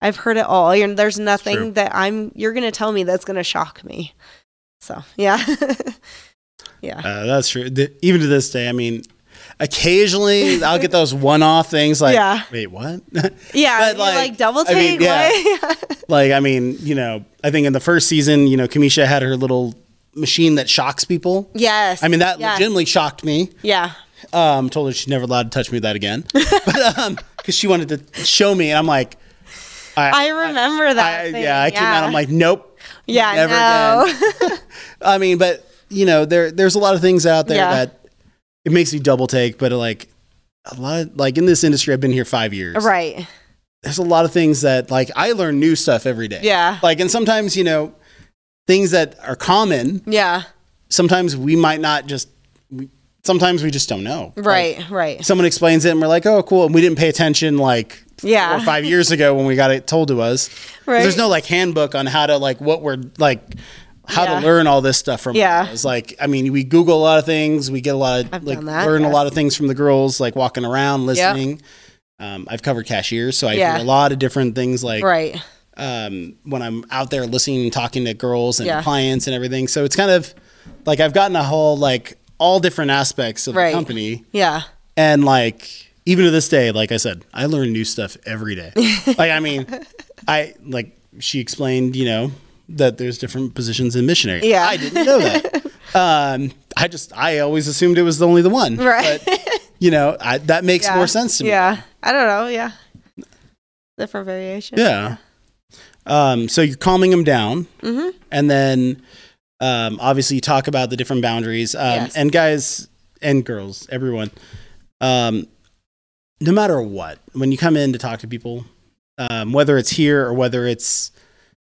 [SPEAKER 4] I've heard it all. You're, there's
[SPEAKER 3] true.
[SPEAKER 4] nothing that I'm, you're going to tell me that's going to shock me. So yeah. yeah.
[SPEAKER 3] Uh, that's true. The, even to this day, I mean, occasionally I'll get those one-off things like,
[SPEAKER 4] Yeah.
[SPEAKER 3] wait, what?
[SPEAKER 4] yeah.
[SPEAKER 3] but
[SPEAKER 4] you're Like,
[SPEAKER 3] like-
[SPEAKER 4] double
[SPEAKER 3] I mean,
[SPEAKER 4] take.
[SPEAKER 3] yeah.
[SPEAKER 4] what?
[SPEAKER 3] like, I mean, you know, I think in the first season, you know, Kamisha had her little machine that shocks people.
[SPEAKER 4] yes.
[SPEAKER 3] I mean, that
[SPEAKER 4] yes.
[SPEAKER 3] legitimately shocked me.
[SPEAKER 4] Yeah.
[SPEAKER 3] um, told her she's never allowed to touch me with that again. but um, because she wanted to show me, and I'm like,
[SPEAKER 4] I remember that.
[SPEAKER 3] I,
[SPEAKER 4] thing.
[SPEAKER 3] yeah, I came out. I'm like, nope.
[SPEAKER 4] yeah,
[SPEAKER 3] never
[SPEAKER 4] no.
[SPEAKER 3] again. I mean, but you know, there there's a lot of things out there
[SPEAKER 4] Yeah.
[SPEAKER 3] that it makes me double take. But like a lot, of, like in this industry, I've been here five years.
[SPEAKER 4] right.
[SPEAKER 3] There's a lot of things that like I learn new stuff every day.
[SPEAKER 4] Yeah.
[SPEAKER 3] Like, and sometimes you know, things that are common.
[SPEAKER 4] Yeah.
[SPEAKER 3] Sometimes we might not just. We, sometimes we just don't know. Like,
[SPEAKER 4] Right. right.
[SPEAKER 3] someone explains it and we're like, oh, cool. And we didn't pay attention like four
[SPEAKER 4] Yeah.
[SPEAKER 3] or five years ago when we got it told to us. 'Cause
[SPEAKER 4] Right.
[SPEAKER 3] There's no like handbook on how to like what we're like how
[SPEAKER 4] Yeah.
[SPEAKER 3] to learn all this stuff from
[SPEAKER 4] Yeah.
[SPEAKER 3] girls. Like, I mean, we Google a lot of things. We get a lot of
[SPEAKER 4] I've
[SPEAKER 3] like
[SPEAKER 4] done that,
[SPEAKER 3] learn
[SPEAKER 4] yes.
[SPEAKER 3] a lot of things from the girls, like walking around, listening. Um, I've covered cashiers, so I
[SPEAKER 4] Yeah.
[SPEAKER 3] hear a lot of different things like
[SPEAKER 4] right.
[SPEAKER 3] um, when I'm out there listening and talking to girls and
[SPEAKER 4] Yeah.
[SPEAKER 3] clients and everything. So it's kind of like I've gotten a whole like all different aspects of
[SPEAKER 4] Right.
[SPEAKER 3] the company.
[SPEAKER 4] Yeah.
[SPEAKER 3] And like even to this day, like I said, I learn new stuff every day. like I mean, I like she explained, you know, that there's different positions in missionary.
[SPEAKER 4] Yeah.
[SPEAKER 3] I didn't know that. um, I just I always assumed it was the only the one.
[SPEAKER 4] Right.
[SPEAKER 3] But, you know, I, that makes
[SPEAKER 4] yeah.
[SPEAKER 3] more sense to me.
[SPEAKER 4] Yeah. I don't know. Yeah. Different variations.
[SPEAKER 3] Yeah. Um, so you're calming them down,
[SPEAKER 4] Mm-hmm.
[SPEAKER 3] and then um, obviously you talk about the different boundaries. Um,
[SPEAKER 4] Yes.
[SPEAKER 3] And guys and girls, everyone, um, no matter what, when you come in to talk to people, um, whether it's here or whether it's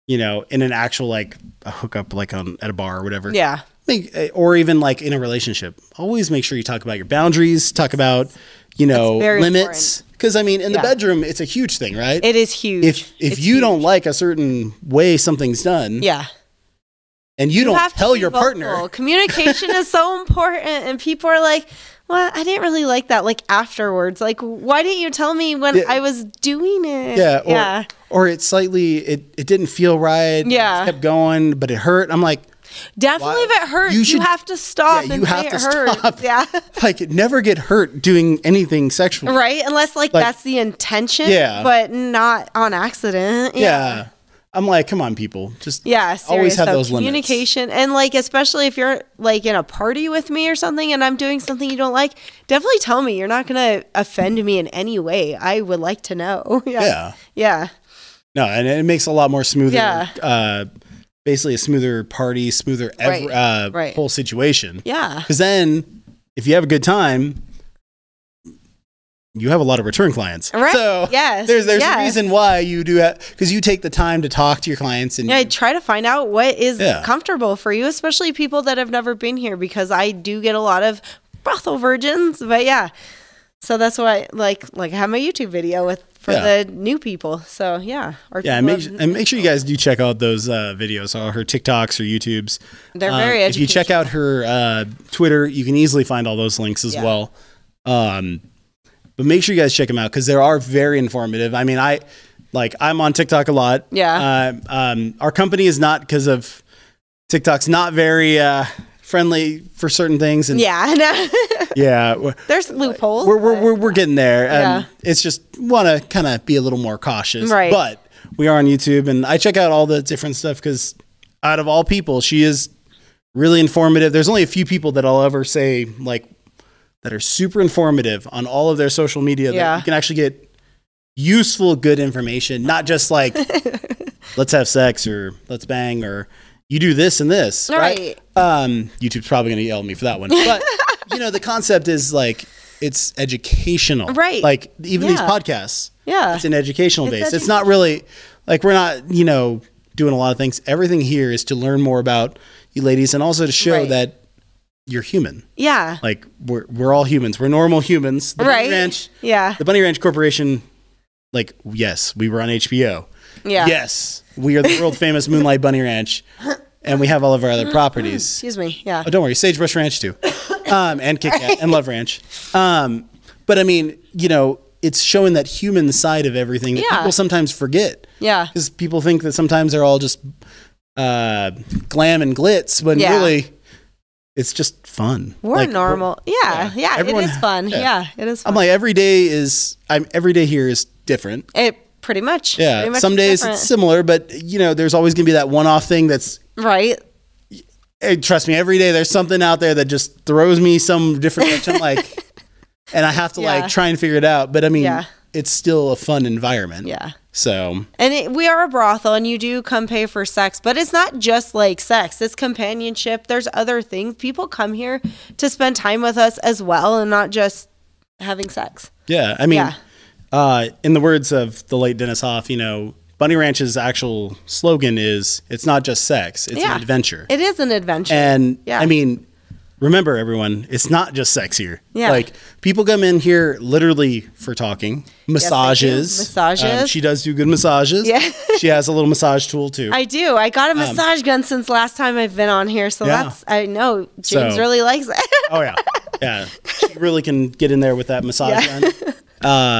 [SPEAKER 3] you know in an actual like a hookup, like on at a bar or whatever,
[SPEAKER 4] Yeah.
[SPEAKER 3] make, eh, or even like in a relationship, always make sure you talk about your boundaries. Talk about you know
[SPEAKER 4] very
[SPEAKER 3] limits, because I mean in
[SPEAKER 4] Yeah.
[SPEAKER 3] the bedroom it's a huge thing, right?
[SPEAKER 4] It is huge.
[SPEAKER 3] if if
[SPEAKER 4] It's
[SPEAKER 3] you
[SPEAKER 4] huge.
[SPEAKER 3] don't like a certain way something's done
[SPEAKER 4] yeah,
[SPEAKER 3] and you, don't
[SPEAKER 4] have to
[SPEAKER 3] tell
[SPEAKER 4] be
[SPEAKER 3] your
[SPEAKER 4] vocal.
[SPEAKER 3] partner
[SPEAKER 4] Communication is so important, and people are like, well, I didn't really like that. Like afterwards, like why didn't you tell me when
[SPEAKER 3] Yeah.
[SPEAKER 4] I was doing it?
[SPEAKER 3] Yeah. Or,
[SPEAKER 4] yeah.
[SPEAKER 3] Or it's slightly it, it didn't feel right.
[SPEAKER 4] Yeah.
[SPEAKER 3] It just kept going, but it hurt. I'm like,
[SPEAKER 4] Definitely,
[SPEAKER 3] why-
[SPEAKER 4] if it hurts,
[SPEAKER 3] you
[SPEAKER 4] you,
[SPEAKER 3] should-
[SPEAKER 4] have to stop
[SPEAKER 3] yeah,
[SPEAKER 4] and
[SPEAKER 3] you
[SPEAKER 4] Oh, say
[SPEAKER 3] have
[SPEAKER 4] it
[SPEAKER 3] to
[SPEAKER 4] hurts.
[SPEAKER 3] stop.
[SPEAKER 4] Yeah.
[SPEAKER 3] Like never get hurt doing anything sexual.
[SPEAKER 4] Right, unless like,
[SPEAKER 3] Like-
[SPEAKER 4] that's the intention,
[SPEAKER 3] Yeah.
[SPEAKER 4] but not on accident.
[SPEAKER 3] Yeah. I'm like, come on, people. Just
[SPEAKER 4] Yeah,
[SPEAKER 3] always
[SPEAKER 4] serious
[SPEAKER 3] have
[SPEAKER 4] though.
[SPEAKER 3] those limits.
[SPEAKER 4] communication and like especially if you're like in a party with me or something and I'm doing something you don't like, definitely tell me. You're not gonna offend me in any way. I would like to know. yeah.
[SPEAKER 3] Yeah.
[SPEAKER 4] Yeah.
[SPEAKER 3] No, and it makes a lot more smoother.
[SPEAKER 4] Yeah.
[SPEAKER 3] Uh, basically, a smoother party, smoother ev-
[SPEAKER 4] Right,
[SPEAKER 3] uh,
[SPEAKER 4] right.
[SPEAKER 3] whole situation.
[SPEAKER 4] Yeah.
[SPEAKER 3] Because then, if you have a good time, you have a lot of return clients.
[SPEAKER 4] Right.
[SPEAKER 3] So
[SPEAKER 4] Yes.
[SPEAKER 3] there's there's
[SPEAKER 4] Yeah.
[SPEAKER 3] a reason why you do that because you take the time to talk to your clients and
[SPEAKER 4] Yeah, I try to find out what is
[SPEAKER 3] Yeah.
[SPEAKER 4] comfortable for you, especially people that have never been here, because I do get a lot of brothel virgins. But yeah, so that's why, like, like I have my YouTube video with for
[SPEAKER 3] Yeah.
[SPEAKER 4] the new people. So yeah, or
[SPEAKER 3] Yeah, and
[SPEAKER 4] people
[SPEAKER 3] make,
[SPEAKER 4] have-
[SPEAKER 3] and make sure you guys do check out those uh, videos, all her TikToks or YouTubes.
[SPEAKER 4] They're
[SPEAKER 3] Um,
[SPEAKER 4] very
[SPEAKER 3] If you check out her uh, Twitter, you can easily find all those links as
[SPEAKER 4] Yeah.
[SPEAKER 3] well. Um, but make sure you guys check them out because they are very informative. I mean, I like I'm on TikTok a lot.
[SPEAKER 4] Yeah.
[SPEAKER 3] Uh, um, our company is not because of TikTok's not very uh, friendly for certain things, and
[SPEAKER 4] Yeah, I know.
[SPEAKER 3] yeah, we're
[SPEAKER 4] there's loopholes.
[SPEAKER 3] we're we're, we're, we're getting there.
[SPEAKER 4] Yeah.
[SPEAKER 3] Um, It's just want to kind of be a little more cautious,
[SPEAKER 4] Right.
[SPEAKER 3] But we are on YouTube, and I check out all the different stuff because out of all people, she is really informative. There's only a few people that I'll ever say like that are super informative on all of their social media
[SPEAKER 4] Yeah.
[SPEAKER 3] that you can actually get useful, good information, not just like let's have sex or let's bang or you do this and this, right?
[SPEAKER 4] Right.
[SPEAKER 3] Um, YouTube's probably going to yell at me for that one, but you know the concept is like it's educational,
[SPEAKER 4] Right.
[SPEAKER 3] Like even these
[SPEAKER 4] Yeah.
[SPEAKER 3] podcasts,
[SPEAKER 4] Yeah.
[SPEAKER 3] it's an educational
[SPEAKER 4] It's
[SPEAKER 3] base. It's not really like we're not you know doing a lot of things. Everything here is to learn more about you ladies and also to show
[SPEAKER 4] Right.
[SPEAKER 3] that you're human.
[SPEAKER 4] yeah.
[SPEAKER 3] Like we're we're all humans. We're normal humans. The Bunny
[SPEAKER 4] right.
[SPEAKER 3] Ranch,
[SPEAKER 4] yeah.
[SPEAKER 3] the Bunny Ranch Corporation. Like yes, we were on HBO.
[SPEAKER 4] Yeah.
[SPEAKER 3] Yes, we are the world famous Moonlight Bunny Ranch, and we have all of our other properties.
[SPEAKER 4] Excuse me. Yeah.
[SPEAKER 3] Oh, don't worry, Sagebrush Ranch too, um, and Kit Kat and Love Ranch. Um, but I mean, you know, it's showing that human side of everything that
[SPEAKER 4] Yeah.
[SPEAKER 3] people sometimes forget
[SPEAKER 4] Yeah.
[SPEAKER 3] because people think that sometimes they're all just uh, glam and glitz, when
[SPEAKER 4] Yeah.
[SPEAKER 3] really it's just fun.
[SPEAKER 4] We're
[SPEAKER 3] Like,
[SPEAKER 4] normal. yeah.
[SPEAKER 3] yeah.
[SPEAKER 4] Yeah.
[SPEAKER 3] Everyone-
[SPEAKER 4] it is fun.
[SPEAKER 3] yeah.
[SPEAKER 4] Yeah. It is
[SPEAKER 3] I'm
[SPEAKER 4] fun.
[SPEAKER 3] like every day is. I'm every day here is different.
[SPEAKER 4] it pretty much.
[SPEAKER 3] Yeah,
[SPEAKER 4] pretty much
[SPEAKER 3] some days
[SPEAKER 4] different.
[SPEAKER 3] it's similar, but you know, there's always gonna be that one-off thing that's
[SPEAKER 4] right.
[SPEAKER 3] Hey, trust me, every day there's something out there that just throws me some different direction, like, and I have to
[SPEAKER 4] Yeah.
[SPEAKER 3] like try and figure it out. But I mean,
[SPEAKER 4] Yeah.
[SPEAKER 3] it's still a fun environment.
[SPEAKER 4] Yeah.
[SPEAKER 3] So
[SPEAKER 4] And it, we are a brothel, and you do come pay for sex, but it's not just like sex. It's companionship. There's other things. People come here to spend time with us as well, and not just having sex.
[SPEAKER 3] yeah, I mean,
[SPEAKER 4] Yeah.
[SPEAKER 3] uh, in the words of the late Dennis Hoff, you know, Bunny Ranch's actual slogan is "It's not just sex; it's
[SPEAKER 4] Yeah.
[SPEAKER 3] an adventure."
[SPEAKER 4] It is an adventure.
[SPEAKER 3] And
[SPEAKER 4] Yeah.
[SPEAKER 3] I mean, remember everyone, it's not just sex here.
[SPEAKER 4] Yeah.
[SPEAKER 3] Like people come in here literally for talking, massages. Um,
[SPEAKER 4] Massages.
[SPEAKER 3] she does do good massages.
[SPEAKER 4] Yeah.
[SPEAKER 3] she has a little massage tool too.
[SPEAKER 4] I do. I got a massage gun since last time I've been on here, so
[SPEAKER 3] Um, Yeah.
[SPEAKER 4] that's I know James
[SPEAKER 3] So-
[SPEAKER 4] really likes it.
[SPEAKER 3] oh yeah. Yeah. She really can get in there with that massage
[SPEAKER 4] Yeah.
[SPEAKER 3] gun.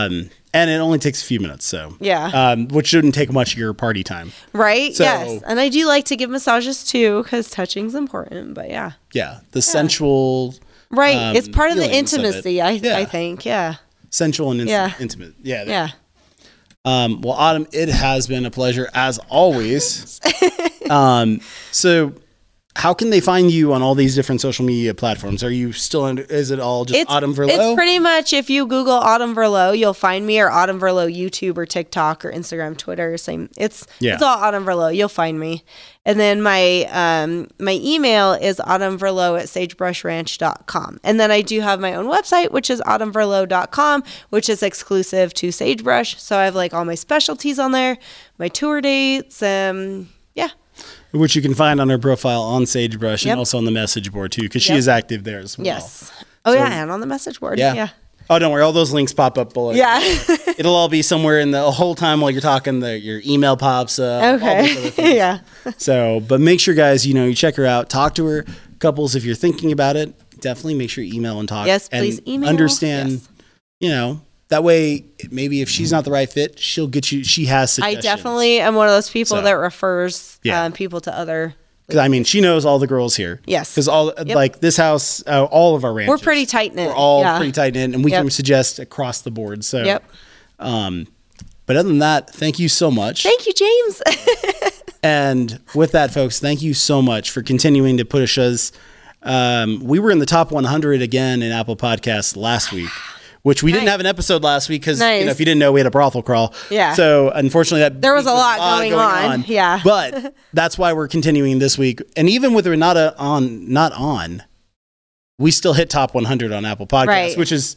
[SPEAKER 3] Um and it only takes a few minutes, so
[SPEAKER 4] Yeah.
[SPEAKER 3] um, which shouldn't take much of your party time.
[SPEAKER 4] right?
[SPEAKER 3] So-
[SPEAKER 4] yes. And I do like to give massages too because touching's important. But yeah,
[SPEAKER 3] Yeah, the sensual,
[SPEAKER 4] right.
[SPEAKER 3] Um,
[SPEAKER 4] it's part of the
[SPEAKER 3] feelings of it.
[SPEAKER 4] intimacy. I
[SPEAKER 3] Yeah.
[SPEAKER 4] I think. Yeah.
[SPEAKER 3] sensual and ins-
[SPEAKER 4] Yeah.
[SPEAKER 3] intimate. Yeah, there-
[SPEAKER 4] Yeah.
[SPEAKER 3] Um, well, Autumn, it has been a pleasure as always. um, so, how can they find you on all these different social media platforms? Are you still in? Is it all just Autumn Verlo?
[SPEAKER 4] It's pretty much if you Google Autumn Verlo, you'll find me or Autumn Verlo YouTube or TikTok or Instagram, Twitter. Same. It's
[SPEAKER 3] Yeah.
[SPEAKER 4] it's all Autumn Verlo. You'll find me. And then my um my email is autumnverlo at sagebrushranch.com. And then I do have my own website, which is autumnverlo.com, which is exclusive to Sagebrush. So I have like all my specialties on there, my tour dates, um yeah.
[SPEAKER 3] Which you can find on her profile on Sagebrush
[SPEAKER 4] Yep.
[SPEAKER 3] and also on the message board too, because she
[SPEAKER 4] Yep.
[SPEAKER 3] is active there as well.
[SPEAKER 4] Yes. Oh yeah, and on the message board.
[SPEAKER 3] Yeah.
[SPEAKER 4] Yeah.
[SPEAKER 3] Oh, don't worry. All those links pop up below.
[SPEAKER 4] Yeah.
[SPEAKER 3] It'll all be somewhere in the whole time while you're talking. The, your email pops up. all those other
[SPEAKER 4] okay.
[SPEAKER 3] things.
[SPEAKER 4] yeah.
[SPEAKER 3] So, but make sure, guys, you know, you check her out, talk to her. Couples, if you're thinking about it, definitely make sure you email and talk.
[SPEAKER 4] Yes,
[SPEAKER 3] and
[SPEAKER 4] please email.
[SPEAKER 3] Understand,
[SPEAKER 4] Yes.
[SPEAKER 3] you know, that way maybe if she's not the right fit, she'll get you. She has
[SPEAKER 4] I
[SPEAKER 3] suggestions.
[SPEAKER 4] definitely am one of those people
[SPEAKER 3] So-
[SPEAKER 4] that refers
[SPEAKER 3] Yeah.
[SPEAKER 4] um, people to other.
[SPEAKER 3] 'Cause, I mean, she knows all the girls here.
[SPEAKER 4] Yes.
[SPEAKER 3] because all like this house, uh, all of our ranches,
[SPEAKER 4] We're pretty tight knit.
[SPEAKER 3] We're all
[SPEAKER 4] yeah.
[SPEAKER 3] pretty tight knit, and we
[SPEAKER 4] Yep.
[SPEAKER 3] can suggest across the board. So,
[SPEAKER 4] Yep.
[SPEAKER 3] um, but other than that, thank you so much.
[SPEAKER 4] Thank you, James.
[SPEAKER 3] And with that, folks, thank you so much for continuing to push us. Um, we were in the top 100 again in Apple Podcasts last week, which we didn't
[SPEAKER 4] Nice.
[SPEAKER 3] have an episode last week because you know,
[SPEAKER 4] Nice.
[SPEAKER 3] if you didn't know, we had a brothel crawl.
[SPEAKER 4] Yeah.
[SPEAKER 3] So unfortunately, that
[SPEAKER 4] There was
[SPEAKER 3] week
[SPEAKER 4] a lot going on. Yeah.
[SPEAKER 3] But that's why we're continuing this week, and even with Renata on, not on, we still hit top 100 on Apple Podcasts,
[SPEAKER 4] Right.
[SPEAKER 3] which is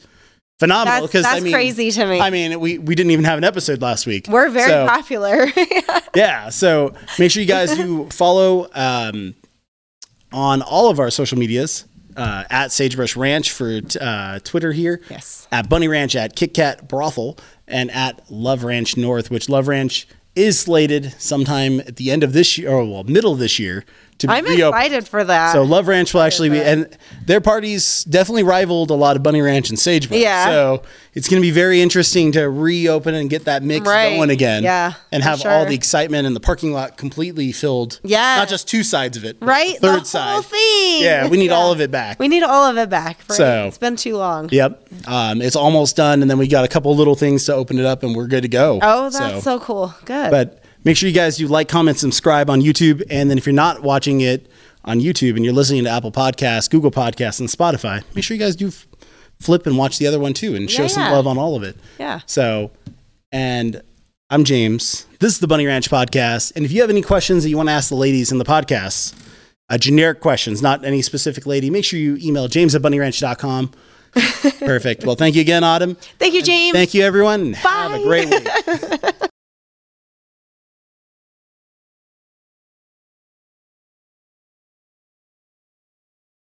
[SPEAKER 3] phenomenal.
[SPEAKER 4] that's
[SPEAKER 3] Because
[SPEAKER 4] that's
[SPEAKER 3] I mean,
[SPEAKER 4] crazy to me.
[SPEAKER 3] I mean, we, we didn't even have an episode last week.
[SPEAKER 4] We're very
[SPEAKER 3] So-
[SPEAKER 4] popular.
[SPEAKER 3] yeah so make sure you guys do follow um, on all of our social medias uh, at sagebrush ranch for t- uh, twitter here
[SPEAKER 4] yes.
[SPEAKER 3] at bunny ranch at kit kat brothel and at love ranch north which love ranch is slated sometime at the end of this year or well middle of this year to be
[SPEAKER 4] I'm
[SPEAKER 3] reopened
[SPEAKER 4] excited for that.
[SPEAKER 3] so Love Ranch will actually be, and their parties definitely rivaled a lot of Bunny Ranch and Sagebrush.
[SPEAKER 4] Yeah.
[SPEAKER 3] So it's going to be very interesting to reopen and get that mix
[SPEAKER 4] Right.
[SPEAKER 3] going again.
[SPEAKER 4] Yeah,
[SPEAKER 3] And
[SPEAKER 4] for
[SPEAKER 3] have all
[SPEAKER 4] sure.
[SPEAKER 3] the excitement and the parking lot completely filled.
[SPEAKER 4] Yeah.
[SPEAKER 3] Not just two sides of it. but
[SPEAKER 4] right?
[SPEAKER 3] the third
[SPEAKER 4] the whole
[SPEAKER 3] side.
[SPEAKER 4] thing.
[SPEAKER 3] Yeah. We need all of it back.
[SPEAKER 4] We need all of it back. Right?
[SPEAKER 3] So-
[SPEAKER 4] it's been too long.
[SPEAKER 3] Yep. Um, it's almost done, and then we got a couple little things to open it up, and we're good to go.
[SPEAKER 4] Oh, that's so, cool. Good.
[SPEAKER 3] But make sure you guys do like, comment, subscribe on YouTube. And then if you're not watching it on YouTube and you're listening to Apple Podcasts, Google Podcasts, and Spotify, make sure you guys do f- flip and watch the other one too and show
[SPEAKER 4] Yeah,
[SPEAKER 3] some
[SPEAKER 4] yeah.
[SPEAKER 3] love on all of it.
[SPEAKER 4] Yeah.
[SPEAKER 3] So, and I'm James. This is the Bunny Ranch Podcast. And if you have any questions that you want to ask the ladies in the podcast, uh, generic questions, not any specific lady, make sure you email james at bunnyranch.com. Perfect. Well, thank you again, Autumn.
[SPEAKER 4] Thank you, James.
[SPEAKER 3] Thank you, everyone. Have a
[SPEAKER 4] Bye.
[SPEAKER 3] great week.